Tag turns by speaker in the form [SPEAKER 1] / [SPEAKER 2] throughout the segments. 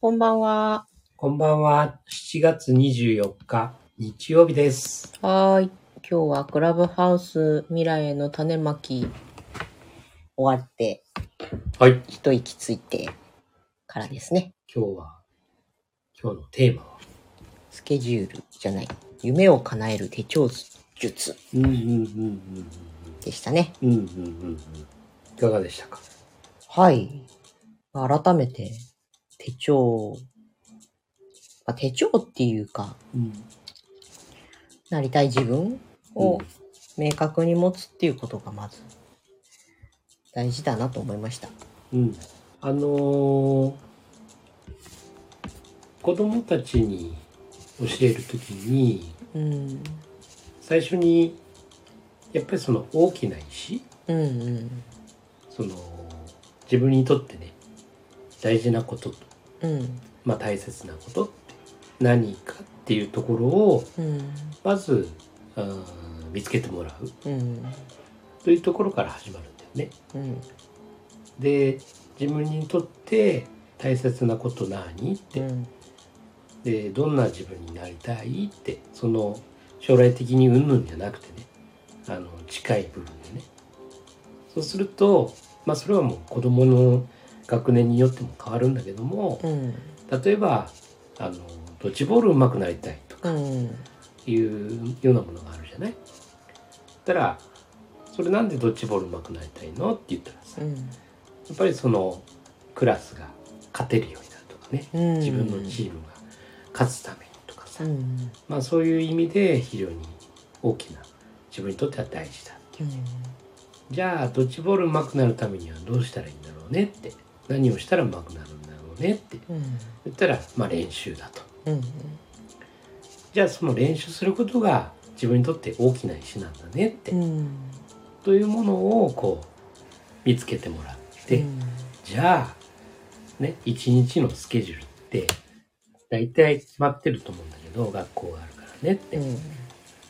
[SPEAKER 1] こんばんは。
[SPEAKER 2] こんばんは。7月24日、日曜日です。
[SPEAKER 1] はーい。今日はクラブハウス未来への種まき終わって、
[SPEAKER 2] はい。
[SPEAKER 1] 一息ついてからですね。
[SPEAKER 2] 今日は、今日のテーマは、
[SPEAKER 1] スケジュールじゃない。夢を叶える手帳術
[SPEAKER 2] うんうんうん
[SPEAKER 1] でしたね。
[SPEAKER 2] うん。うんうんうんうん。いかがでしたか
[SPEAKER 1] はい。まあ改めて手帳、まあ手帳っていうか、
[SPEAKER 2] うん。
[SPEAKER 1] なりたい自分を明確に持つっていうことがまず大事だなと思いました。
[SPEAKER 2] うん。あのー、子供たちに教えるときに、
[SPEAKER 1] うん。
[SPEAKER 2] 最初に、やっぱりその大きな石、
[SPEAKER 1] うんうん。
[SPEAKER 2] その、自分にとってね、大事なことと、
[SPEAKER 1] うん。
[SPEAKER 2] まあ大切なことって何かっていうところを、
[SPEAKER 1] うん。
[SPEAKER 2] まず、うん見つけてもらう
[SPEAKER 1] うん。
[SPEAKER 2] というところから始まるんだよね。
[SPEAKER 1] うん。
[SPEAKER 2] で自分にとって大切なこと何って、
[SPEAKER 1] うん。
[SPEAKER 2] でどんな自分になりたいってその将来的にうんぬんじゃなくてねあの近い部分でねそうすると、まあ、それはもう子どもの学年によっても変わるんだけども
[SPEAKER 1] うん。
[SPEAKER 2] 例えばあのドッジボール上手くなりたいとか
[SPEAKER 1] うん。
[SPEAKER 2] いうようなものがあるじゃないたらそれなんでドッジボール上手くなりたいのって言ったらさやっぱりそのクラスが勝てるようになるとかね
[SPEAKER 1] うん。
[SPEAKER 2] 自分のチームが勝つためにとかさ、
[SPEAKER 1] うん。
[SPEAKER 2] まあそういう意味で非常に大きな自分にとっては大事だじゃあドッジボール上手くなるためにはどうしたらいいんだろうねって何をしたら上手くなるんだろうねって
[SPEAKER 1] うん。
[SPEAKER 2] 言ったらまあ練習だと
[SPEAKER 1] うん。
[SPEAKER 2] じゃあその練習することが自分にとって大きな石なんだねって
[SPEAKER 1] うん。
[SPEAKER 2] というものをこう見つけてもらって、じゃあね一日のスケジュールって大体決まってると思うんだけど学校があるからねって、
[SPEAKER 1] うん。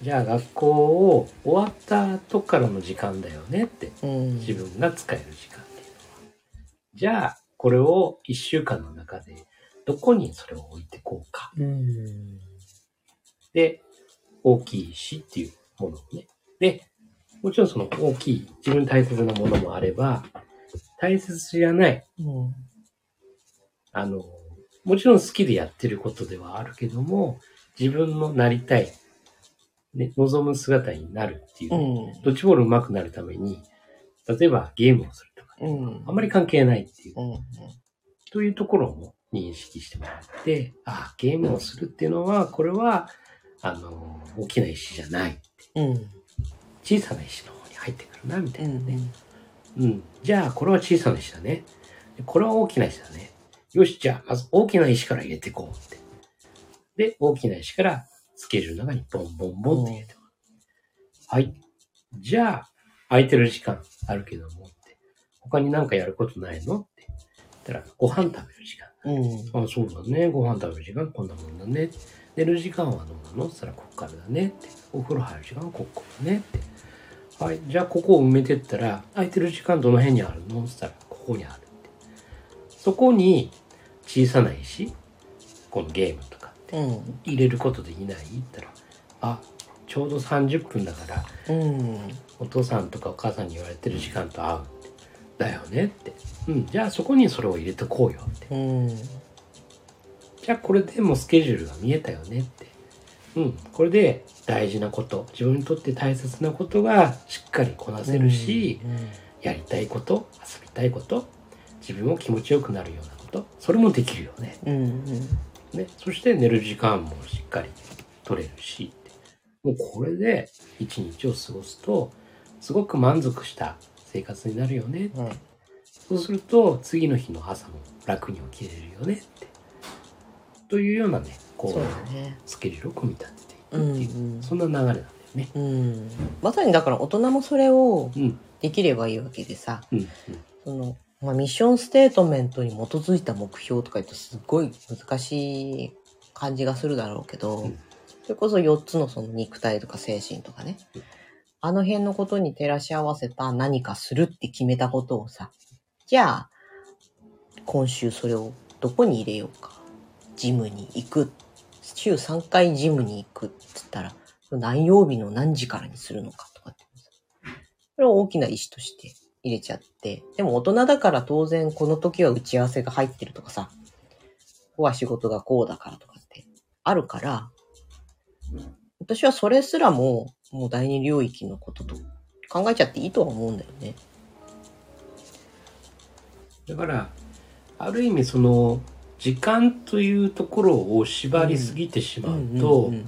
[SPEAKER 2] じゃあ学校を終わった後からの時間だよねって
[SPEAKER 1] うん。
[SPEAKER 2] 自分が使える時間っていうのはじゃあこれを1週間の中でどこにそれを置いてこうか
[SPEAKER 1] うん。
[SPEAKER 2] で、大きい石っていうものをね。で、もちろんその大きい、自分に大切なものもあれば、大切じゃない、
[SPEAKER 1] うん。
[SPEAKER 2] あの、もちろん好きでやってることではあるけども、自分のなりたい、ね、望む姿になるっていうう、
[SPEAKER 1] ん。
[SPEAKER 2] ドッジボール上手くなるために、例えばゲームをするとか、
[SPEAKER 1] うん。
[SPEAKER 2] あんまり関係ないっていう、
[SPEAKER 1] うん。
[SPEAKER 2] というところも認識してもらって、ああ、ゲームをするっていうのは、これは、あの、大きな石じゃない。
[SPEAKER 1] うん。
[SPEAKER 2] 小さな石の方に入ってくるなみた
[SPEAKER 1] う
[SPEAKER 2] いなね、
[SPEAKER 1] ん。
[SPEAKER 2] うんじゃあこれは小さな石だねでこれは大きな石だねよしじゃあまず大きな石から入れていこうってで大きな石からスケジュールの中にボンボンボンって入れてもらうはいじゃあ空いてる時間あるけどもって他になんかやることないのって言ったらご飯食べる時間
[SPEAKER 1] うん。
[SPEAKER 2] あそうだね。ご飯食べる時間こんなもんだね。寝る時間はどうなのそしたらこっからだねって。お風呂入る時間はここだねって。はい。じゃあここを埋めてったら、空いてる時間どの辺にあるのそしたらここにあるって。そこに小さな石、このゲームとか
[SPEAKER 1] うん。
[SPEAKER 2] 入れることできない言ったら、あ、ちょうど30分だから、
[SPEAKER 1] うん。
[SPEAKER 2] お父さんとかお母さんに言われてる時間と合うって。だよねって。うん。じゃあそこにそれを入れてこうよって。
[SPEAKER 1] うん。
[SPEAKER 2] じゃあこれでもうスケジュールが見えたよねって。うん、これで大事なこと、自分にとって大切なことがしっかりこなせるし、やりたいこと、遊びたいこと、自分も気持ちよくなるようなこと、それもできるよね。
[SPEAKER 1] うん。
[SPEAKER 2] ね、そして寝る時間もしっかり取れるしって、もうこれで一日を過ごすと、すごく満足した生活になるよね。
[SPEAKER 1] うん。
[SPEAKER 2] そうすると、次の日の朝も楽に起きれるよねって。というようなね、こ
[SPEAKER 1] そう
[SPEAKER 2] う、
[SPEAKER 1] だね。
[SPEAKER 2] スケジュールを組み立てていく
[SPEAKER 1] う
[SPEAKER 2] っていう、
[SPEAKER 1] ん。
[SPEAKER 2] そんな流れなんだよね。
[SPEAKER 1] うん。まさにだから大人もそれを
[SPEAKER 2] うん、
[SPEAKER 1] できればいいわけでさ。
[SPEAKER 2] うん、
[SPEAKER 1] その、まあ、ミッションステートメントに基づいた目標とか言うとすっごい難しい感じがするだろうけど、
[SPEAKER 2] うん
[SPEAKER 1] それこそ4つのその肉体とか精神とかね、あの辺のことに照らし合わせた何かするって決めたことをさ、じゃあ、今週それをどこに入れようか。ジムに行く。週3回ジムに行くって言ったら、何曜日の何時からにするのかとかって。それを大きな意思として入れちゃって。でも大人だから当然この時は打ち合わせが入ってるとかさ、ここは仕事がこうだからとかってあるから、私はそれすらも、もう第二領域のことと考えちゃっていいとは思うんだよね。
[SPEAKER 2] だから、ある意味その、時間というところを縛りすぎてしまうと、
[SPEAKER 1] うん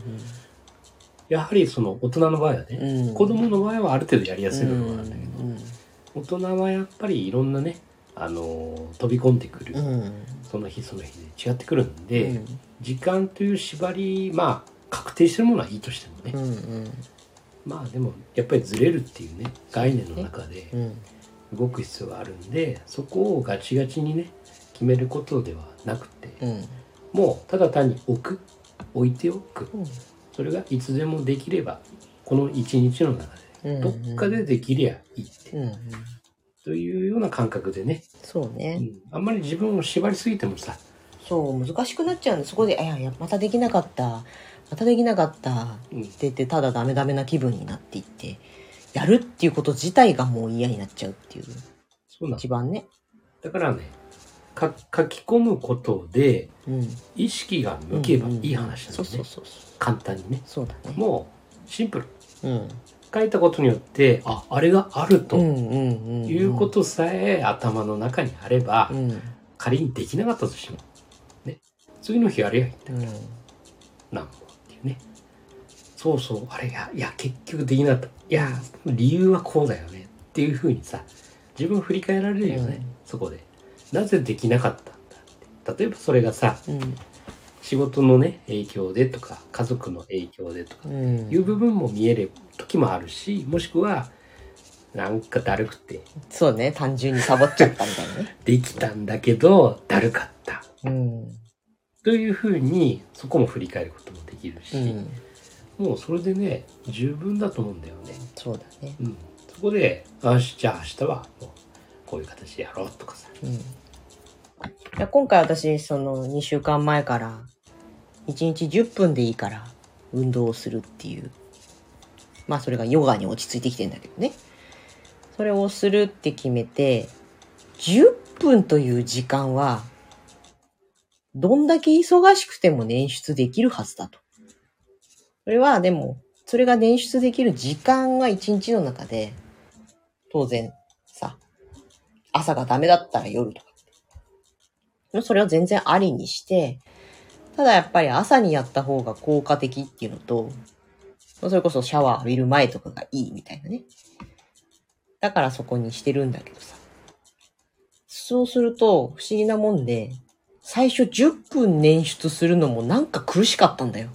[SPEAKER 2] やはりその大人の場合は
[SPEAKER 1] う
[SPEAKER 2] ね、
[SPEAKER 1] んうん
[SPEAKER 2] 子供の場合はある程度やりやすい部分はあるんだけど、
[SPEAKER 1] うん
[SPEAKER 2] 大人はやっぱりいろんなね、あのー飛び込んでくる、
[SPEAKER 1] うんうん
[SPEAKER 2] その日その日で違ってくるんで、
[SPEAKER 1] うん
[SPEAKER 2] 時間という縛り、まあ、確定してるものはいいとしてもね、
[SPEAKER 1] うんうん
[SPEAKER 2] まあでも、やっぱりずれるっていうね、概念の中で
[SPEAKER 1] うん
[SPEAKER 2] 動く必要があるんで、そこをガチガチにね、決めることではなくて、
[SPEAKER 1] うん
[SPEAKER 2] もうただ単に置く、置いておく、
[SPEAKER 1] うん
[SPEAKER 2] それがいつでもできれば、この一日の中
[SPEAKER 1] うんう
[SPEAKER 2] で、
[SPEAKER 1] ん
[SPEAKER 2] どっかでできりゃいいって、
[SPEAKER 1] うんうん
[SPEAKER 2] というような感覚でね、
[SPEAKER 1] そう
[SPEAKER 2] う
[SPEAKER 1] ね、
[SPEAKER 2] ん、あんまり自分を縛りすぎてもさ、
[SPEAKER 1] そう難しくなっちゃうんでそこで「いやいやまたできなかったまたできなかった」って
[SPEAKER 2] うん
[SPEAKER 1] 言ってただダメダメな気分になっていってやるっていうこと自体がもう嫌になっちゃうっていう
[SPEAKER 2] そうなん
[SPEAKER 1] 一番ね、
[SPEAKER 2] だからね、か書き込むことで、
[SPEAKER 1] うん、
[SPEAKER 2] 意識が向けばいい話なん
[SPEAKER 1] そ
[SPEAKER 2] で
[SPEAKER 1] う
[SPEAKER 2] す
[SPEAKER 1] そ
[SPEAKER 2] ね
[SPEAKER 1] う。そうそう
[SPEAKER 2] 簡単にね。
[SPEAKER 1] そうだね
[SPEAKER 2] もう、シンプル。
[SPEAKER 1] うん
[SPEAKER 2] 書いたことによって、あ、あれがある
[SPEAKER 1] う
[SPEAKER 2] と
[SPEAKER 1] んうんうんうん
[SPEAKER 2] いうことさえ頭の中にあれば
[SPEAKER 1] う、んうん
[SPEAKER 2] 仮にできなかったとしても、ね、次の日やれやいいんだなんもっていうね。そうそう、あれ、いや、いや、結局できなかった。いや、理由はこうだよね。っていうふうにさ、自分を振り返られるよね、
[SPEAKER 1] うん
[SPEAKER 2] そこで。なぜできなかったんだって。例えばそれがさ、
[SPEAKER 1] うん
[SPEAKER 2] 仕事のね、影響でとか、家族の影響でとか、
[SPEAKER 1] うん
[SPEAKER 2] いう部分も見える時もあるし、もしくは、なんかだるくて、
[SPEAKER 1] そうね単純にサボっちゃったみたいなね
[SPEAKER 2] できたんだけど、だるかった。
[SPEAKER 1] うん
[SPEAKER 2] というふうに、そこも振り返ることもできるし、
[SPEAKER 1] うん
[SPEAKER 2] もうそれでね、十分だと思うんだよね。
[SPEAKER 1] そうだね
[SPEAKER 2] うん、そこで、よし、じゃあ明日はもうこういう形でやろうとかさ。
[SPEAKER 1] うんいや今回私その2週間前から1日10分でいいから運動をするっていうまあそれがヨガに落ち着いてきてんだけどねそれをするって決めて10分という時間はどんだけ忙しくても捻出できるはずだと。それはでもそれが捻出できる時間は1日の中で当然さ朝がダメだったら夜とか。でもそれは全然ありにして、ただやっぱり朝にやった方が効果的っていうのと、まあそれこそシャワー浴びる前とかがいいみたいなね。だからそこにしてるんだけどさ。そうすると不思議なもんで、最初10分捻出するのもなんか苦しかったんだよ。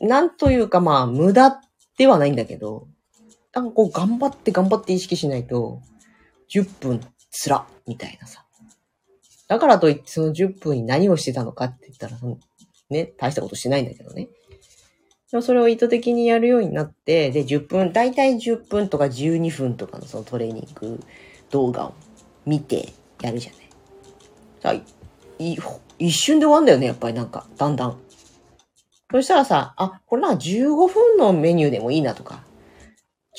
[SPEAKER 1] なんというかまあ無駄ではないんだけど、なんかこう頑張って頑張って意識しないと、10分つら、みたいなさ。だからといってその10分に何をしてたのかって言ったら、そのね、大したことしてないんだけどね。でもそれを意図的にやるようになって、で、10分、だいたい10分とか12分とかのそのトレーニング動画を見てやるじゃない。さい一瞬で終わんだよね、やっぱりなんか、だんだん。そしたらさ、あ、これな、15分のメニューでもいいなとか、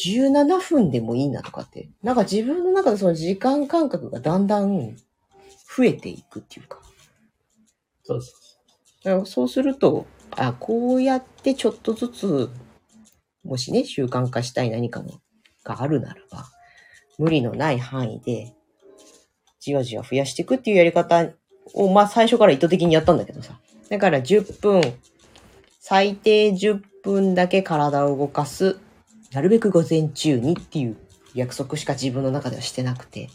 [SPEAKER 1] 17分でもいいなとかって、なんか自分の中でその時間感覚がだんだん増えていくっていうか。
[SPEAKER 2] そうそう
[SPEAKER 1] だからそうすると、あ、こうやってちょっとずつ、もしね、習慣化したい何かのがあるならば、無理のない範囲で、じわじわ増やしていくっていうやり方を、まあ最初から意図的にやったんだけどさ。だから10分、最低10分だけ体を動かす、なるべく午前中にっていう約束しか自分の中ではしてなくて、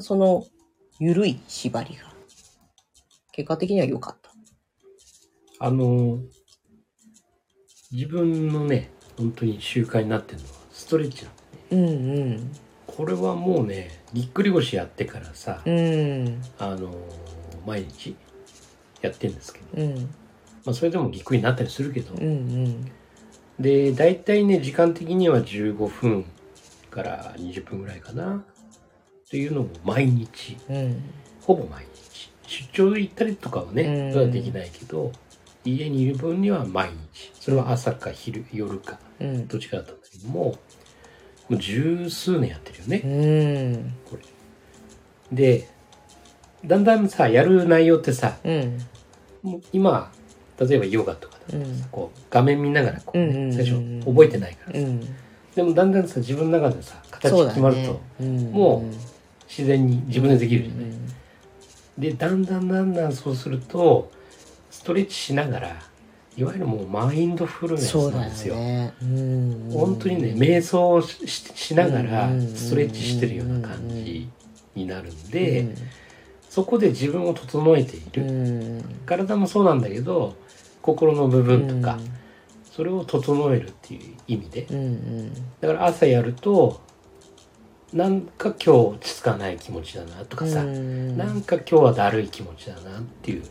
[SPEAKER 1] その、ゆるい縛りが結果的には良かった。
[SPEAKER 2] あのー自分のね、本当に習慣になってるのはストレッチなんだよね。
[SPEAKER 1] うんうん。
[SPEAKER 2] これはもうね、ぎっくり腰やってからさ、
[SPEAKER 1] うん。
[SPEAKER 2] あのー毎日やってるんですけど、
[SPEAKER 1] うん。
[SPEAKER 2] まあそれでもぎっくりになったりするけど、
[SPEAKER 1] うんうん。
[SPEAKER 2] で、大体ね、時間的には15分から20分ぐらいかな。っていうのを毎日
[SPEAKER 1] うん。
[SPEAKER 2] ほぼ毎日。出張行ったりとかは
[SPEAKER 1] うん
[SPEAKER 2] ね、それはできないけど、家にいる分には毎日。それは朝か昼、夜か、
[SPEAKER 1] うん。
[SPEAKER 2] どっちかだったんだけども、もう十数年やってるよ
[SPEAKER 1] う
[SPEAKER 2] ね、
[SPEAKER 1] ん。
[SPEAKER 2] これ。で、だんだんさ、やる内容ってさ、
[SPEAKER 1] うん。
[SPEAKER 2] もう今、例えばヨガとかだとさ、
[SPEAKER 1] うん
[SPEAKER 2] こう画面見ながらこう、ね
[SPEAKER 1] うんうんうんうん
[SPEAKER 2] 最初覚えてないからさ、
[SPEAKER 1] うん。
[SPEAKER 2] でもだんだんさ自分の中でさ形
[SPEAKER 1] そう
[SPEAKER 2] が
[SPEAKER 1] だ
[SPEAKER 2] 決まる
[SPEAKER 1] ね
[SPEAKER 2] と。
[SPEAKER 1] うん
[SPEAKER 2] もう自然に自分でできるじゃ
[SPEAKER 1] う
[SPEAKER 2] ない、
[SPEAKER 1] ん
[SPEAKER 2] でだんだんだんだんそうするとストレッチしながらいわゆるもうマインドフルネス
[SPEAKER 1] そう
[SPEAKER 2] な
[SPEAKER 1] だ
[SPEAKER 2] んですよ
[SPEAKER 1] よね。うん。
[SPEAKER 2] 本当にね瞑想をししながら
[SPEAKER 1] うん
[SPEAKER 2] ストレッチしてるような感じになるんで、
[SPEAKER 1] うん
[SPEAKER 2] そこで自分を整えている、
[SPEAKER 1] うん。
[SPEAKER 2] 体もそうなんだけど心の部分とか、
[SPEAKER 1] うん
[SPEAKER 2] それを整えるっていう意味で
[SPEAKER 1] うんうん
[SPEAKER 2] だから朝やるとなんか今日落ち着かない気持ちだなとかさ、
[SPEAKER 1] うん
[SPEAKER 2] なんか今日はだるい気持ちだなっていう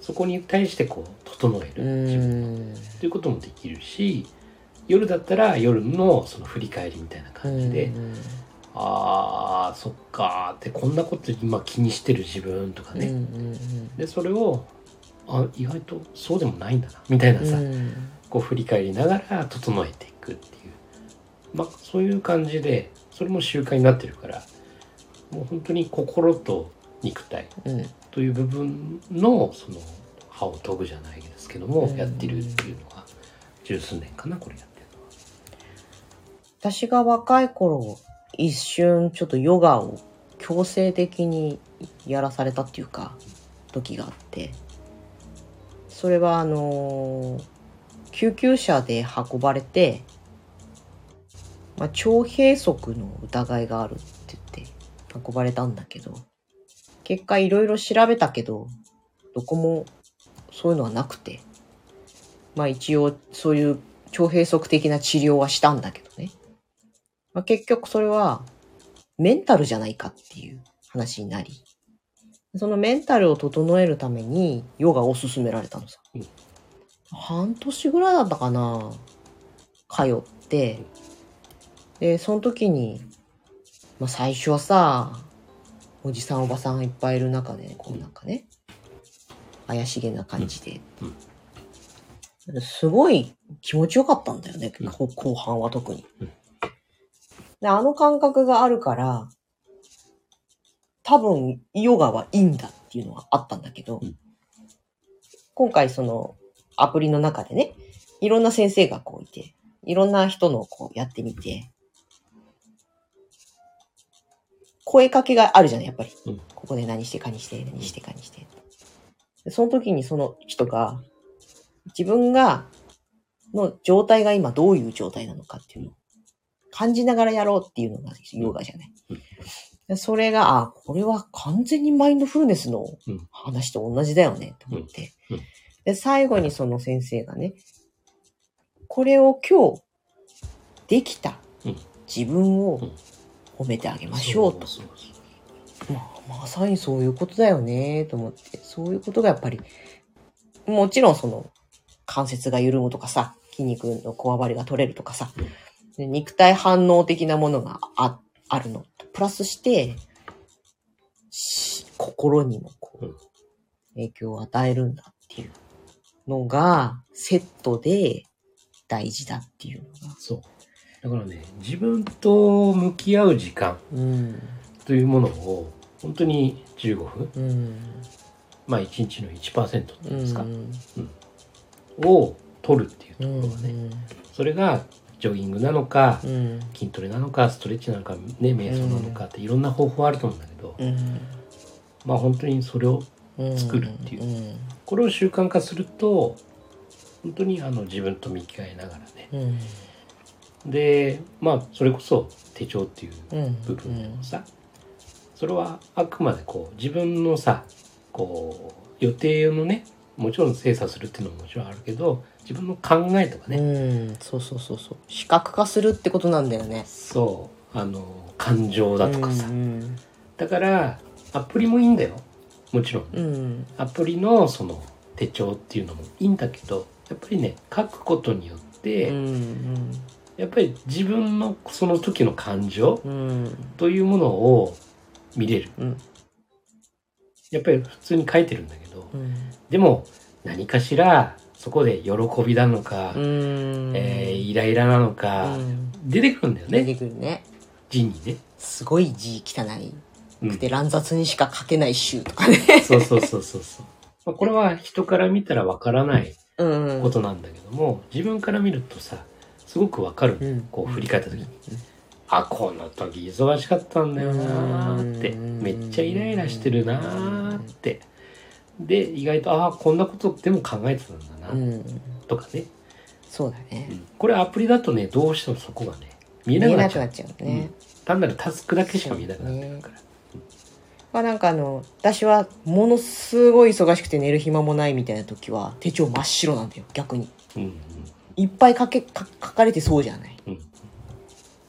[SPEAKER 2] そこに対してこう整え
[SPEAKER 1] う
[SPEAKER 2] る自分
[SPEAKER 1] ん
[SPEAKER 2] ということもできるし夜だったら夜のその振り返りみたいな感じで、
[SPEAKER 1] うん
[SPEAKER 2] あーそっかーってこんなこと今気にしてる自分とか
[SPEAKER 1] うんう
[SPEAKER 2] ね、
[SPEAKER 1] ん
[SPEAKER 2] でそれをあ意外とそうでもないんだなみたいな
[SPEAKER 1] うん
[SPEAKER 2] さ、
[SPEAKER 1] うん
[SPEAKER 2] こう振り返りながら整えていくっていう、まあ、そういう感じでそれも習慣になってるからもう本当に心と肉体
[SPEAKER 1] うん
[SPEAKER 2] という部分のその歯を研ぐじゃないですけども、
[SPEAKER 1] うん
[SPEAKER 2] やってるっていうのが十数年かなこれやってるのは。
[SPEAKER 1] 私が若い頃一瞬ちょっとヨガを強制的にやらされたっていうか時があってそれはあのー救急車で運ばれて、まあ、腸閉塞の疑いがあるって言って運ばれたんだけど結果いろいろ調べたけどどこもそういうのはなくてまあ一応そういう腸閉塞的な治療はしたんだけどね。まあ、結局それはメンタルじゃないかっていう話になり、そのメンタルを整えるためにヨガを勧められたのさ
[SPEAKER 2] うん。
[SPEAKER 1] 半年ぐらいだったかな通って、で、その時に、まあ、最初はさ、おじさんおばさんがいっぱいいる中で、こうなんかね、怪しげな感じで
[SPEAKER 2] うん、
[SPEAKER 1] すごい気持ちよかったんだよね、
[SPEAKER 2] うん
[SPEAKER 1] こ後半は特に
[SPEAKER 2] うん。
[SPEAKER 1] で、あの感覚があるから、多分ヨガはいいんだっていうのはあったんだけど、
[SPEAKER 2] うん
[SPEAKER 1] 今回そのアプリの中でね、いろんな先生がこういて、いろんな人のをこうやってみて、声かけがあるじゃない、やっぱり。
[SPEAKER 2] うん
[SPEAKER 1] ここで何してかにして、何してかにして。でその時にその人が、自分が、の状態が今どういう状態なのかっていうのを感じながらやろうっていうのがヨガじゃない。でそれが、あ、これは完全にマインドフルネスの
[SPEAKER 2] うん
[SPEAKER 1] 話と同じだよね、と思って
[SPEAKER 2] うんうん。
[SPEAKER 1] で、最後にその先生がね、これを今日できた
[SPEAKER 2] うん
[SPEAKER 1] 自分を
[SPEAKER 2] うん
[SPEAKER 1] 褒めてあげましょうと。
[SPEAKER 2] そうそうそう
[SPEAKER 1] まあ、まさにそういうことだよねと思って、そういうことがやっぱり、もちろんその、関節が緩むとかさ、筋肉のこわばりが取れるとかさ、で肉体反応的なものがああるのと、プラスして、し心にもこ
[SPEAKER 2] うん
[SPEAKER 1] う、影響を与えるんだっていうのが、セットで大事だっていうのが。
[SPEAKER 2] そうだからね自分と向き合う時間
[SPEAKER 1] うん。
[SPEAKER 2] というものを本当に15分
[SPEAKER 1] うん。
[SPEAKER 2] まあ1日の1%っていうんですか、
[SPEAKER 1] うん。
[SPEAKER 2] を取るっていう
[SPEAKER 1] う
[SPEAKER 2] ところがね、
[SPEAKER 1] ん。
[SPEAKER 2] それがジョギングなのか、
[SPEAKER 1] うん。
[SPEAKER 2] 筋トレなのかストレッチなのか、ね、瞑想なのかっていろんな方法あると思うんだけど、
[SPEAKER 1] うん。
[SPEAKER 2] まあ本当にそれを作るってい
[SPEAKER 1] うん
[SPEAKER 2] これを習慣化すると本当にあの自分と見極めながらね
[SPEAKER 1] うん
[SPEAKER 2] でまあそれこそ手帳っていう
[SPEAKER 1] うん
[SPEAKER 2] 部分でもさ、それはあくまでこう自分のさこう予定のねもちろん精査するっていうのももちろんあるけど自分の考えとかね、
[SPEAKER 1] うんそうそうそうそう視覚化するってことなんだよね
[SPEAKER 2] そうあの感情だとかさ、
[SPEAKER 1] うん
[SPEAKER 2] だからアプリもいいんだよもちろんね、
[SPEAKER 1] うん
[SPEAKER 2] アプリのその手帳っていうのもいいんだけどやっぱりね書くことによっ
[SPEAKER 1] う
[SPEAKER 2] て、
[SPEAKER 1] ん
[SPEAKER 2] やっぱり自分のその時の感情
[SPEAKER 1] うんうん
[SPEAKER 2] というものを見れる
[SPEAKER 1] うん
[SPEAKER 2] やっぱり普通に書いてるんだけど、
[SPEAKER 1] うん
[SPEAKER 2] でも何かしらそこで喜びなのか、
[SPEAKER 1] うん
[SPEAKER 2] えーイライラなのか、
[SPEAKER 1] うん
[SPEAKER 2] 出てくるんだよ
[SPEAKER 1] 出
[SPEAKER 2] ね
[SPEAKER 1] てくるね
[SPEAKER 2] 字にね。
[SPEAKER 1] すごい字汚
[SPEAKER 2] う
[SPEAKER 1] い
[SPEAKER 2] ん
[SPEAKER 1] くて乱雑にしか書けない週とかね
[SPEAKER 2] そうそうそうそうそう。まあ、これは人から見たらわからない
[SPEAKER 1] うん
[SPEAKER 2] ことなんだけども、自分から見るとさ、すごくわかるの、
[SPEAKER 1] うん
[SPEAKER 2] こう振り返った時に。あ、この時忙しかったんだよなーって。
[SPEAKER 1] うん
[SPEAKER 2] めっちゃイライラしてるなーって。で、意外と、ああ、こんなことでも考えてたんだ
[SPEAKER 1] う
[SPEAKER 2] な、
[SPEAKER 1] ん
[SPEAKER 2] とかね、
[SPEAKER 1] そうだ
[SPEAKER 2] う
[SPEAKER 1] ね
[SPEAKER 2] んこれアプリだとね、どうしてもそこがね、見え
[SPEAKER 1] 見
[SPEAKER 2] な
[SPEAKER 1] え
[SPEAKER 2] くな
[SPEAKER 1] な
[SPEAKER 2] っ
[SPEAKER 1] く
[SPEAKER 2] ちゃ
[SPEAKER 1] な
[SPEAKER 2] う
[SPEAKER 1] っ。ちゃうね
[SPEAKER 2] うん単なるタスクだけしか見えなくなってるから。
[SPEAKER 1] まあなんかあの私はものすごい忙しくて寝る暇もないみたいな時は手帳真っ白なんだよ逆に
[SPEAKER 2] うん
[SPEAKER 1] いっぱい書け書書かれてそうじゃない
[SPEAKER 2] うんうん。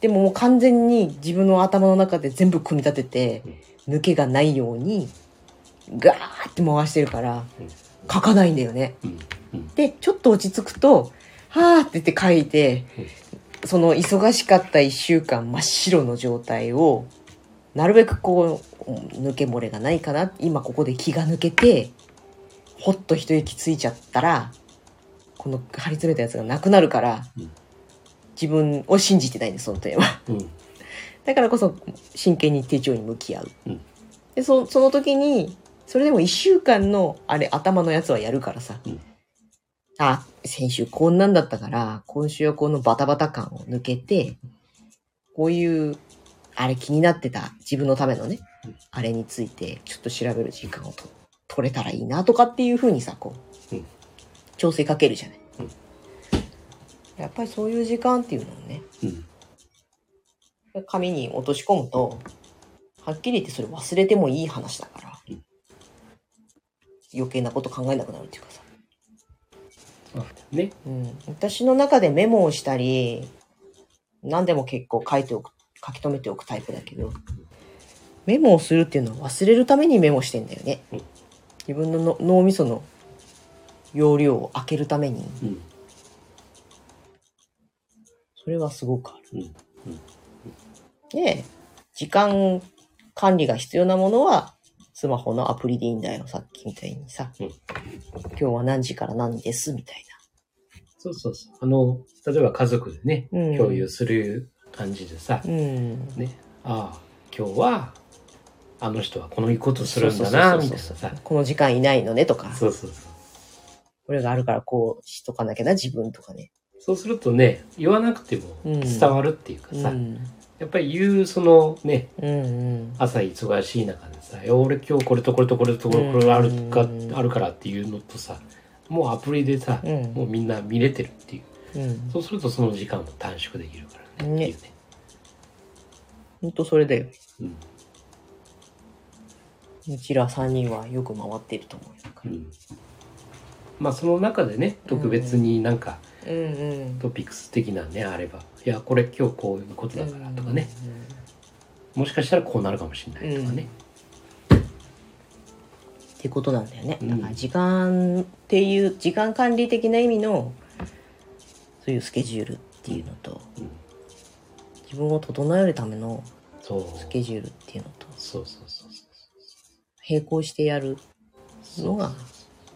[SPEAKER 1] でももう完全に自分の頭の中で全部組み立てて
[SPEAKER 2] うん
[SPEAKER 1] 抜けがないようにガーって回してるから
[SPEAKER 2] うん
[SPEAKER 1] 書かないんだよね
[SPEAKER 2] うんうん
[SPEAKER 1] でちょっと落ち着くと「はあ」って言って書いてその忙しかった1週間真っ白の状態をなるべくこう抜け漏れがないかな今ここで気が抜けてほっと一息ついちゃったらこの張り詰めたやつがなくなるから
[SPEAKER 2] うん
[SPEAKER 1] 自分を信じてないんですその点は。
[SPEAKER 2] うん
[SPEAKER 1] だからこそ真剣に手帳に向き合う、
[SPEAKER 2] うん
[SPEAKER 1] でそその時にそれでも1週間のあれ頭のやつはやるからさ、
[SPEAKER 2] うん
[SPEAKER 1] あ先週こんなんだったから今週はこのバタバタ感を抜けてこういうあれ気になってた自分のためのね、
[SPEAKER 2] うん
[SPEAKER 1] あれについてちょっと調べる時間をと取れたらいいなとかっていうふうにさこう、
[SPEAKER 2] うん
[SPEAKER 1] 調整かけるじゃない、
[SPEAKER 2] うん
[SPEAKER 1] やっぱりそういう時間っていうのをね
[SPEAKER 2] うん
[SPEAKER 1] 紙に落とし込むと、はっきり言ってそれ忘れてもいい話だから
[SPEAKER 2] うん、
[SPEAKER 1] 余計なこと考えなくなるっていうかさ。
[SPEAKER 2] ね。
[SPEAKER 1] うん、私の中でメモをしたり、何でも結構書いておく、書き留めておくタイプだけど、メモをするっていうのは忘れるためにメモしてんだよね
[SPEAKER 2] うん。
[SPEAKER 1] 自分のの脳みその容量を空けるために、
[SPEAKER 2] うん。
[SPEAKER 1] それはすごくある。
[SPEAKER 2] うん。
[SPEAKER 1] で、時間管理が必要なものは、スマホのアプリでいいんだよ、さっきみたいにさ。
[SPEAKER 2] うん
[SPEAKER 1] 今日は何時から何です、みたい
[SPEAKER 2] そうそうそう。あの、例えば家族でね、
[SPEAKER 1] うん
[SPEAKER 2] 共有する感じでさ、
[SPEAKER 1] な。うん。
[SPEAKER 2] ね、ああ、今日は、あの人はこのことするんだな、みたいなさ。
[SPEAKER 1] この時間いないのね、とか。
[SPEAKER 2] そうそうそう。
[SPEAKER 1] これがあるからこうしとかなきゃな、自分とかね。
[SPEAKER 2] そうするとね、言わなくても
[SPEAKER 1] うん
[SPEAKER 2] 伝わるっていうか
[SPEAKER 1] う
[SPEAKER 2] さ、
[SPEAKER 1] ん。
[SPEAKER 2] やっぱり言う、そのね、
[SPEAKER 1] うんうん。
[SPEAKER 2] 朝忙しい中でさ、いや俺今日これとこれとこれとこれこれあるか、
[SPEAKER 1] うん
[SPEAKER 2] あるからっていうのとさ、もうアプリでさ、
[SPEAKER 1] うん
[SPEAKER 2] もうみんな見れてるっていう。
[SPEAKER 1] うん。
[SPEAKER 2] そうするとその時間も短縮できるからね。
[SPEAKER 1] ね
[SPEAKER 2] っていうね。
[SPEAKER 1] ほんとそれだよ。
[SPEAKER 2] うん
[SPEAKER 1] うちら3人はよく回ってると思うよ。
[SPEAKER 2] うんまあその中でね特別になんか
[SPEAKER 1] うんうん。
[SPEAKER 2] トピックス的なね、あればいやこれ今日こういうことだからとかね、もしかしたらこうなるかもしれないとかね、
[SPEAKER 1] ってことなんだよね。
[SPEAKER 2] うん
[SPEAKER 1] だから時間っていう時間管理的な意味のそういうスケジュールっていうのと
[SPEAKER 2] うん
[SPEAKER 1] 自分を整えるための
[SPEAKER 2] そう
[SPEAKER 1] スケジュールっていうのと
[SPEAKER 2] そうそうそうそ
[SPEAKER 1] 並行してやる
[SPEAKER 2] う
[SPEAKER 1] のが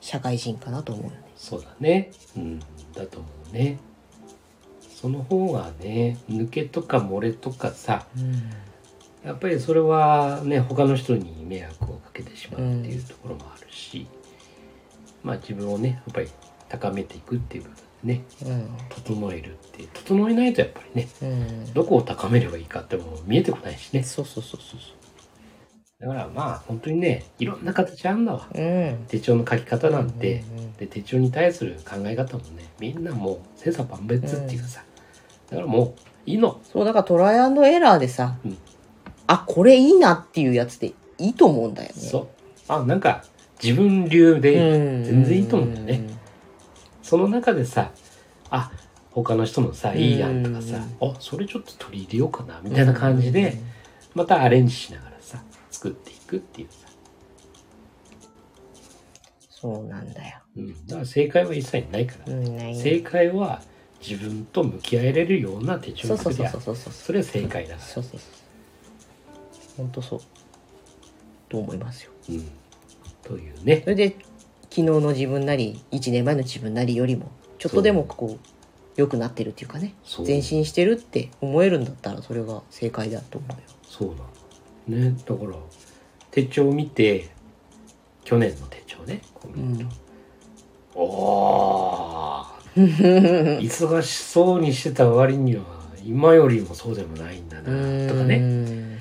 [SPEAKER 1] 社会人かなと思うよね。
[SPEAKER 2] そうだねうんだと思うねその方がね抜けとか漏れとかさやっぱりそれはね他の人に迷惑をかけてしまうっていうところもあるし、まあ自分をねやっぱり高めていくっていう部分でね
[SPEAKER 1] うん
[SPEAKER 2] 整えるって整えないとやっぱりね
[SPEAKER 1] うん
[SPEAKER 2] どこを高めればいいかってもう見えてこないしね
[SPEAKER 1] そうそうそうそうそ
[SPEAKER 2] だからまあ本当にねいろんな形あんだわ
[SPEAKER 1] う。うん。
[SPEAKER 2] 手帳の書き方なんて、
[SPEAKER 1] うんうん
[SPEAKER 2] で手帳に対する考え方もねみんなもう千差万別っていうかさ、だからもういいの
[SPEAKER 1] そうだからトライアンドエラーでさ、
[SPEAKER 2] うん
[SPEAKER 1] あこれいいなっていうやつでいいと思うんだよね。
[SPEAKER 2] そうあなんか自分流で、
[SPEAKER 1] うん
[SPEAKER 2] 全然いいと思うんだよね。その中でさあ他の人のさいいやんとかさ、あそれちょっと取り入れようかなみたいな感じで、またアレンジしながらさ作っていくっていうさ、
[SPEAKER 1] そうなんだよ。
[SPEAKER 2] うん、だから正解は一切ないから、
[SPEAKER 1] うん、ないね
[SPEAKER 2] 正解は自分と向き合えれるような手
[SPEAKER 1] そ
[SPEAKER 2] 帳
[SPEAKER 1] うそう
[SPEAKER 2] 作り
[SPEAKER 1] そう
[SPEAKER 2] や
[SPEAKER 1] そうそうそう
[SPEAKER 2] それは正解だか
[SPEAKER 1] そうそうそう本当そうと思いますよ
[SPEAKER 2] ら、うん、というね
[SPEAKER 1] そ。れで昨日の自分なり1年前の自分なりよりもちょっとでもこう良くなってるっていうかね
[SPEAKER 2] そう
[SPEAKER 1] 前進してるって思えるんだったらそれが正解だと思うよ。
[SPEAKER 2] そうなのね。だから、手帳を見て、去年の手帳ね、こう見ると、お ー忙しそうにしてた割には、今よりもそうでもないんだな、とか
[SPEAKER 1] う
[SPEAKER 2] ね。
[SPEAKER 1] ん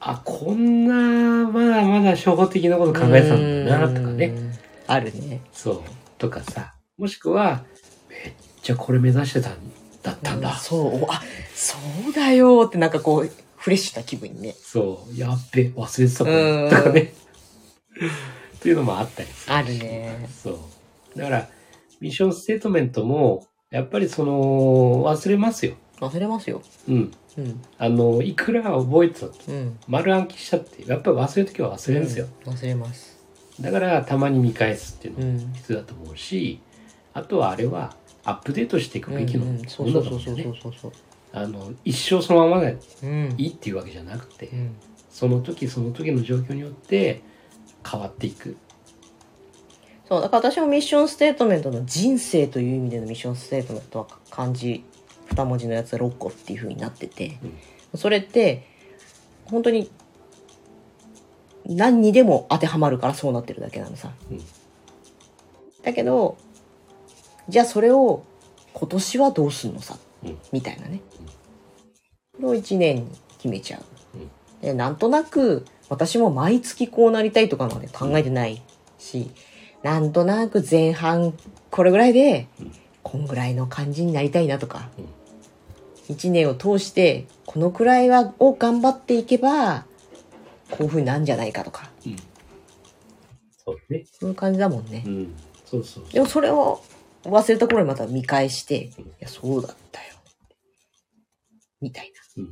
[SPEAKER 2] あ、こんな、まだまだ初歩的なこと考えてたんだな、とかね。
[SPEAKER 1] うんあるね
[SPEAKER 2] そう。とかさ、もしくは、めっちゃこれ目指してたんだったんだ。
[SPEAKER 1] うんそうあそうだよってなんかこうフレッシュな気分にね
[SPEAKER 2] そう、やっべ、忘れてたこ
[SPEAKER 1] うん
[SPEAKER 2] ととかね。っていうのもあったりする。
[SPEAKER 1] あるね
[SPEAKER 2] そう。だから、ミッションステートメントも、やっぱりその、忘れますよ。
[SPEAKER 1] 忘れますよ
[SPEAKER 2] うん。
[SPEAKER 1] うん
[SPEAKER 2] あの、いくら覚えてたと、
[SPEAKER 1] うん
[SPEAKER 2] 丸暗記したって、やっぱり忘れるときは忘れるんですよ。
[SPEAKER 1] うん忘れます
[SPEAKER 2] だから、たまに見返すっていう
[SPEAKER 1] う
[SPEAKER 2] のも
[SPEAKER 1] ん
[SPEAKER 2] 必要だと思うし、あとはあれは、アップデートしていく
[SPEAKER 1] うん
[SPEAKER 2] べきの
[SPEAKER 1] うんそう
[SPEAKER 2] も
[SPEAKER 1] そ
[SPEAKER 2] の
[SPEAKER 1] うそ
[SPEAKER 2] だも
[SPEAKER 1] うそ
[SPEAKER 2] ん
[SPEAKER 1] う
[SPEAKER 2] ね。
[SPEAKER 1] そうそう
[SPEAKER 2] あの、一生そのままがい
[SPEAKER 1] うん
[SPEAKER 2] いっていうわけじゃなくて
[SPEAKER 1] う、ん
[SPEAKER 2] その時その時の状況によって変わっていく。
[SPEAKER 1] そうだから私もミッションステートメントの人生という意味でのミッションステートメントは漢字2文字のやつが6個っていう風になってて、それって本当に何にでも当てはまるからそうなってるだけなのさ、
[SPEAKER 2] うん
[SPEAKER 1] だけどじゃあそれを今年はどうすんのさ、
[SPEAKER 2] うん
[SPEAKER 1] みたいなね
[SPEAKER 2] うん
[SPEAKER 1] これを1年に決めちゃう
[SPEAKER 2] うん、
[SPEAKER 1] でなんとなく私も毎月こうなりたいとかまで考えてないし、なんとなく前半これぐらいで
[SPEAKER 2] うん
[SPEAKER 1] こんぐらいの感じになりたいなとか、
[SPEAKER 2] うん
[SPEAKER 1] 一年を通してこのくらいはを頑張っていけばこういうふうになんじゃないかとか
[SPEAKER 2] うん、そうね。
[SPEAKER 1] そういう感じだもんね、
[SPEAKER 2] うん。そうそうそ
[SPEAKER 1] で
[SPEAKER 2] う。
[SPEAKER 1] もそれを忘れた頃にまた見返してい
[SPEAKER 2] うん
[SPEAKER 1] やそうだったよみたい
[SPEAKER 2] うん、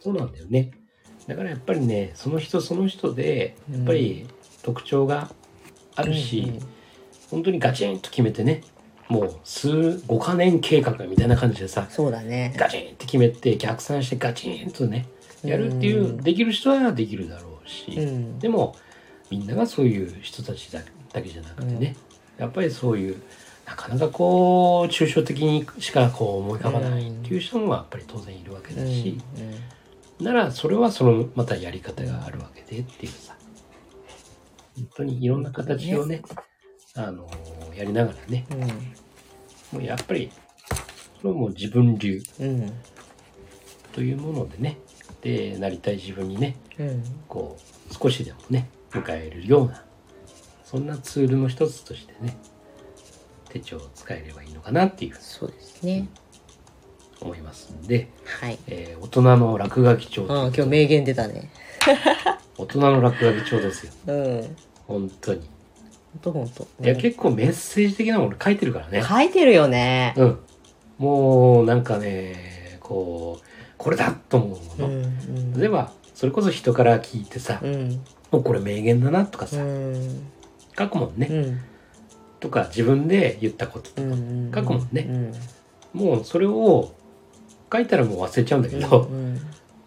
[SPEAKER 2] そうなんだよね。だからやっぱりね、その人その人で、
[SPEAKER 1] な
[SPEAKER 2] やっぱり特徴があ
[SPEAKER 1] あ
[SPEAKER 2] るし、本当にガチンと決めてね、もう数、5カ年計画みたいな感じでさ、
[SPEAKER 1] そうだね
[SPEAKER 2] ガチンって決めて逆算してガチンとね、やるっていう、
[SPEAKER 1] ん
[SPEAKER 2] できる人はできるだろうし、
[SPEAKER 1] うん
[SPEAKER 2] でもみんながそういう人たちだだけじゃなくてね、やっぱりそういうなかなかこう抽象的にしかこう思い浮かばないっていう人もやっぱり当然いるわけだし、
[SPEAKER 1] うんうん
[SPEAKER 2] ならそれはそのまたやり方があるわけでっていうさ本当にいろんな形をねあのやりながらね
[SPEAKER 1] う
[SPEAKER 2] もうやっぱりそれはもう自分流
[SPEAKER 1] んうん
[SPEAKER 2] というものでねでなりたい自分にね
[SPEAKER 1] うん
[SPEAKER 2] こう少しでもね迎えるようなそんなツールの一つとしてね手帳を使えればいいのかなっていうふうに
[SPEAKER 1] そうですね
[SPEAKER 2] 思いますんで、
[SPEAKER 1] はい
[SPEAKER 2] えー大人の落書き帳と
[SPEAKER 1] ああ今日名言出たね
[SPEAKER 2] 大人の落書き帳ですよ
[SPEAKER 1] うん
[SPEAKER 2] 本当に
[SPEAKER 1] ほんとほんと
[SPEAKER 2] いや結構メッセージ的なもの書いてるからね
[SPEAKER 1] 書いてるよね
[SPEAKER 2] うんもうなんかねこうこれだと思うもの、
[SPEAKER 1] ん
[SPEAKER 2] 例えばそれこそ人から聞いてさ
[SPEAKER 1] う、ん
[SPEAKER 2] おこれ名言だなとか
[SPEAKER 1] う
[SPEAKER 2] さ、
[SPEAKER 1] ん
[SPEAKER 2] 書くもんね、
[SPEAKER 1] うん
[SPEAKER 2] とか自分で言ったこととか、
[SPEAKER 1] うん
[SPEAKER 2] 書くもんね
[SPEAKER 1] うん
[SPEAKER 2] もうそれを書いたらもう忘れちゃうんだけど、
[SPEAKER 1] うん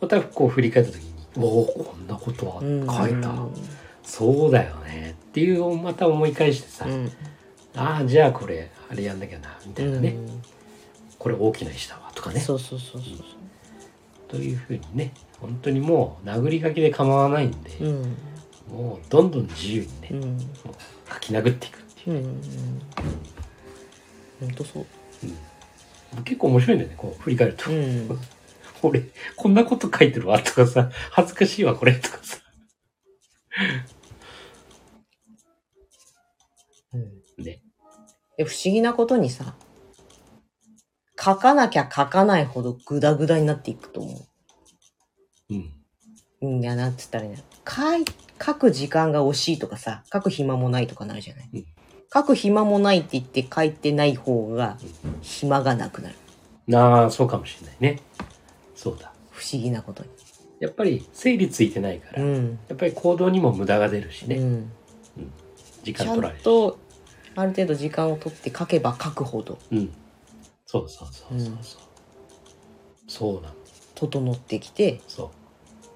[SPEAKER 2] またこう振り返った時に「おおこんなことは
[SPEAKER 1] うん
[SPEAKER 2] 書いた、
[SPEAKER 1] うん
[SPEAKER 2] そうだよね」っていうまた思い返してさ「
[SPEAKER 1] うん
[SPEAKER 2] ああじゃあこれあれやんなきゃな」みたいなね、これ大きな石だわ」とかね
[SPEAKER 1] そうそうそうそう
[SPEAKER 2] というふうにね本当にもう殴り書きで構わないんで、
[SPEAKER 1] うん
[SPEAKER 2] もうどんどん自由にね、
[SPEAKER 1] うん
[SPEAKER 2] もう書き殴っていくってい
[SPEAKER 1] うんうんほんとそう
[SPEAKER 2] う結構面白いんだよねこう振り返ると
[SPEAKER 1] う
[SPEAKER 2] 「
[SPEAKER 1] ん
[SPEAKER 2] 俺 こんなこと書いてるわ」とかさ「恥ずかしいわこれ」とかさ
[SPEAKER 1] うん
[SPEAKER 2] ね
[SPEAKER 1] で不思議なことにさ書かなきゃ書かないほどグダグダになっていくと思う
[SPEAKER 2] うん
[SPEAKER 1] うん、いや、なんつったらいいんだろう書い、書く時間が惜しいとかさ、書く暇もないとかなるじゃない。
[SPEAKER 2] うん
[SPEAKER 1] 書く暇もないって言って書いてない方が、暇がなくなる。
[SPEAKER 2] なあそうかもしれないねそうだ
[SPEAKER 1] 不思議なことに。
[SPEAKER 2] やっぱり整理ついてないから、
[SPEAKER 1] う
[SPEAKER 2] や
[SPEAKER 1] ん。
[SPEAKER 2] っぱり行動にも無駄が出るしね、
[SPEAKER 1] うん、
[SPEAKER 2] 時
[SPEAKER 1] ち
[SPEAKER 2] 間
[SPEAKER 1] ゃ
[SPEAKER 2] 取られ
[SPEAKER 1] ん
[SPEAKER 2] るし
[SPEAKER 1] と、ある程度時間を取って書けば書くほど、
[SPEAKER 2] うんそうそうそうそうそう、そうなん
[SPEAKER 1] 整ってきて、
[SPEAKER 2] そ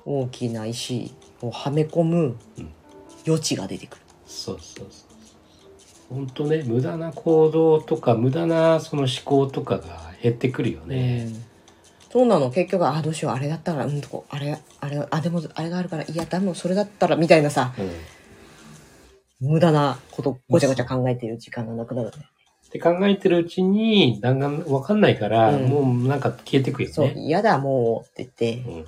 [SPEAKER 1] 大きな石をはめ込む
[SPEAKER 2] うん
[SPEAKER 1] 余地が出てくる。
[SPEAKER 2] うそうそうそう。本当ね、無駄な行動とか、無駄なその思考とかが減ってくるよ
[SPEAKER 1] う
[SPEAKER 2] ね。
[SPEAKER 1] んそうなの結局あどうしようあれだったらうんとこあれあれあでもあれがあるからいやでもそれだったらみたいなさ
[SPEAKER 2] うん。っ
[SPEAKER 1] 無駄なことごちゃごちゃ考えてる時間がなくなるね
[SPEAKER 2] て考えてるうちに、だんだんわかんないから、
[SPEAKER 1] うん
[SPEAKER 2] もうなんか消えてくよ
[SPEAKER 1] そう
[SPEAKER 2] ね。
[SPEAKER 1] 嫌だもうって言って
[SPEAKER 2] うん。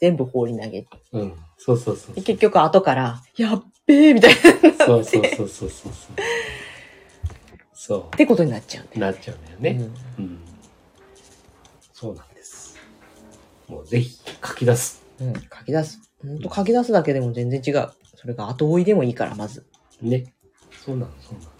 [SPEAKER 1] 全部放り投げて
[SPEAKER 2] うん。そうそうそうそう。
[SPEAKER 1] で結局後からやっべえみたいなっ
[SPEAKER 2] そうそうそうそうそうそう。そ
[SPEAKER 1] てことになっちゃうんだ
[SPEAKER 2] う。
[SPEAKER 1] よ
[SPEAKER 2] なっちゃうんだよね。
[SPEAKER 1] うん
[SPEAKER 2] うん。そうなんです。もうぜひ書き出す。
[SPEAKER 1] うん、書き出す。ほんと書き出すだけでも全然違う。それが後追いでもいいから、まず。
[SPEAKER 2] ね。そうなの、そうなの。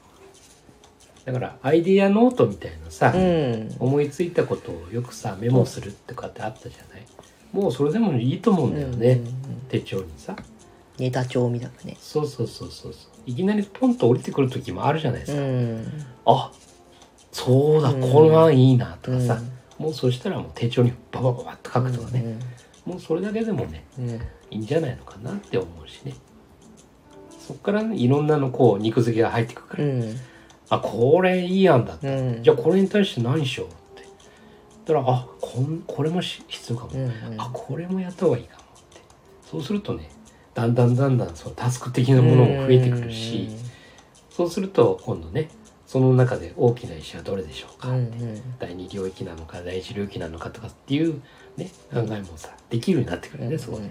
[SPEAKER 2] だから、アイディアノートみたいなさ、
[SPEAKER 1] うん。
[SPEAKER 2] 思いついたことをよくさ、メモするとかってあったじゃないもうそれでもいいと思うんだよね。
[SPEAKER 1] うんうんうん
[SPEAKER 2] 手帳にさ。
[SPEAKER 1] ネタ帳みたいなね。
[SPEAKER 2] そうそうそうそうそう。いきなりポンと降りてくる時もあるじゃないです
[SPEAKER 1] う
[SPEAKER 2] か。
[SPEAKER 1] ん。
[SPEAKER 2] あそうだ、
[SPEAKER 1] うん
[SPEAKER 2] この案いいなとかさ、
[SPEAKER 1] うん
[SPEAKER 2] もうそしたらもう手帳にババババッと書くとかね、もうそれだけでもね、
[SPEAKER 1] うん。うん。
[SPEAKER 2] いいんじゃないのかなって思うしね。そっからね、いろんなのこう、肉付けが入ってくるか
[SPEAKER 1] う
[SPEAKER 2] ら、
[SPEAKER 1] ん。
[SPEAKER 2] あ、これいい案だった。
[SPEAKER 1] うん
[SPEAKER 2] じゃあこれに対して何しようって。だから、あ、こんこれもし必要かも、
[SPEAKER 1] うん
[SPEAKER 2] あ、これもやった方がいいかもって。そうするとね、だんだんだんだんそのタスク的なものも増えてくるし、そうすると今度ね、その中で大きな石はどれでしょう
[SPEAKER 1] う
[SPEAKER 2] か、
[SPEAKER 1] ん。うん。
[SPEAKER 2] 第二領域なのか、第一領域なのかとかっていうね、考えもさ、できるようになってくるよね、そこで。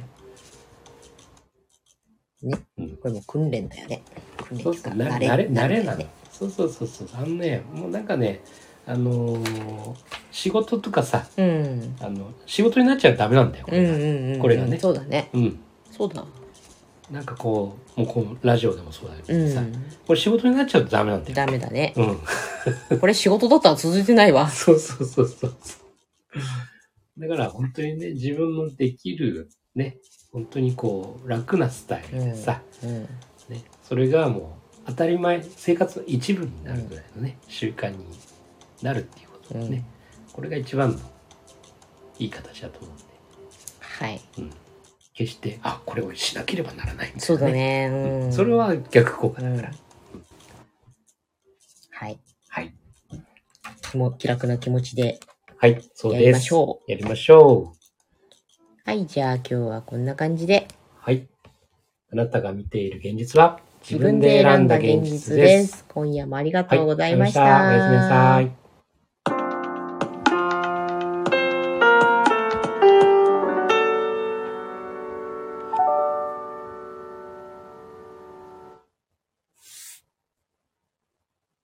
[SPEAKER 1] ね
[SPEAKER 2] うん。
[SPEAKER 1] これも訓練だよね。訓練
[SPEAKER 2] そう
[SPEAKER 1] っ
[SPEAKER 2] そう
[SPEAKER 1] ていう
[SPEAKER 2] な
[SPEAKER 1] か
[SPEAKER 2] 慣れ慣れ
[SPEAKER 1] 慣れだ
[SPEAKER 2] な
[SPEAKER 1] よ
[SPEAKER 2] の
[SPEAKER 1] ね。
[SPEAKER 2] そうそうそうそうあのねもうなんかねあのー仕事とかさ
[SPEAKER 1] うん。
[SPEAKER 2] あの仕事になっちゃダメなんだよこ
[SPEAKER 1] うん
[SPEAKER 2] れ
[SPEAKER 1] う
[SPEAKER 2] が
[SPEAKER 1] んうん。
[SPEAKER 2] これがね
[SPEAKER 1] そうだね。
[SPEAKER 2] うん、
[SPEAKER 1] そうだ。
[SPEAKER 2] なんかこうもうこうラジオでもそうだけ
[SPEAKER 1] う
[SPEAKER 2] どさ、
[SPEAKER 1] ん。
[SPEAKER 2] これ仕事になっちゃうとダメなんだよ
[SPEAKER 1] ダメだね。
[SPEAKER 2] うん
[SPEAKER 1] これ仕事だったら続いてないわ。
[SPEAKER 2] そうそうそうそうだから本当にね自分のできるね本当にこう楽なスタイルでさ、
[SPEAKER 1] うん。
[SPEAKER 2] ね、それがもう当たり前生活の一部になるぐらいのね、習慣になるっていうことですね、これが一番のいい形だと思うんで
[SPEAKER 1] はい。
[SPEAKER 2] 決してあこれをしなければならないみた
[SPEAKER 1] そ
[SPEAKER 2] いうな
[SPEAKER 1] だ
[SPEAKER 2] ね
[SPEAKER 1] ね。うん。
[SPEAKER 2] それは逆効果だから、
[SPEAKER 1] はい。
[SPEAKER 2] はい
[SPEAKER 1] 気も気楽な気持ちで
[SPEAKER 2] はいそう
[SPEAKER 1] や
[SPEAKER 2] です
[SPEAKER 1] りましょ
[SPEAKER 2] やりましょう
[SPEAKER 1] う。はい、じゃあ今日はこんな感じで
[SPEAKER 2] はいあなたが見ている現実は
[SPEAKER 1] 自分で選んだ現実です。今夜もありがとうございました。
[SPEAKER 2] はい、ありがとうございましたおやすみなさい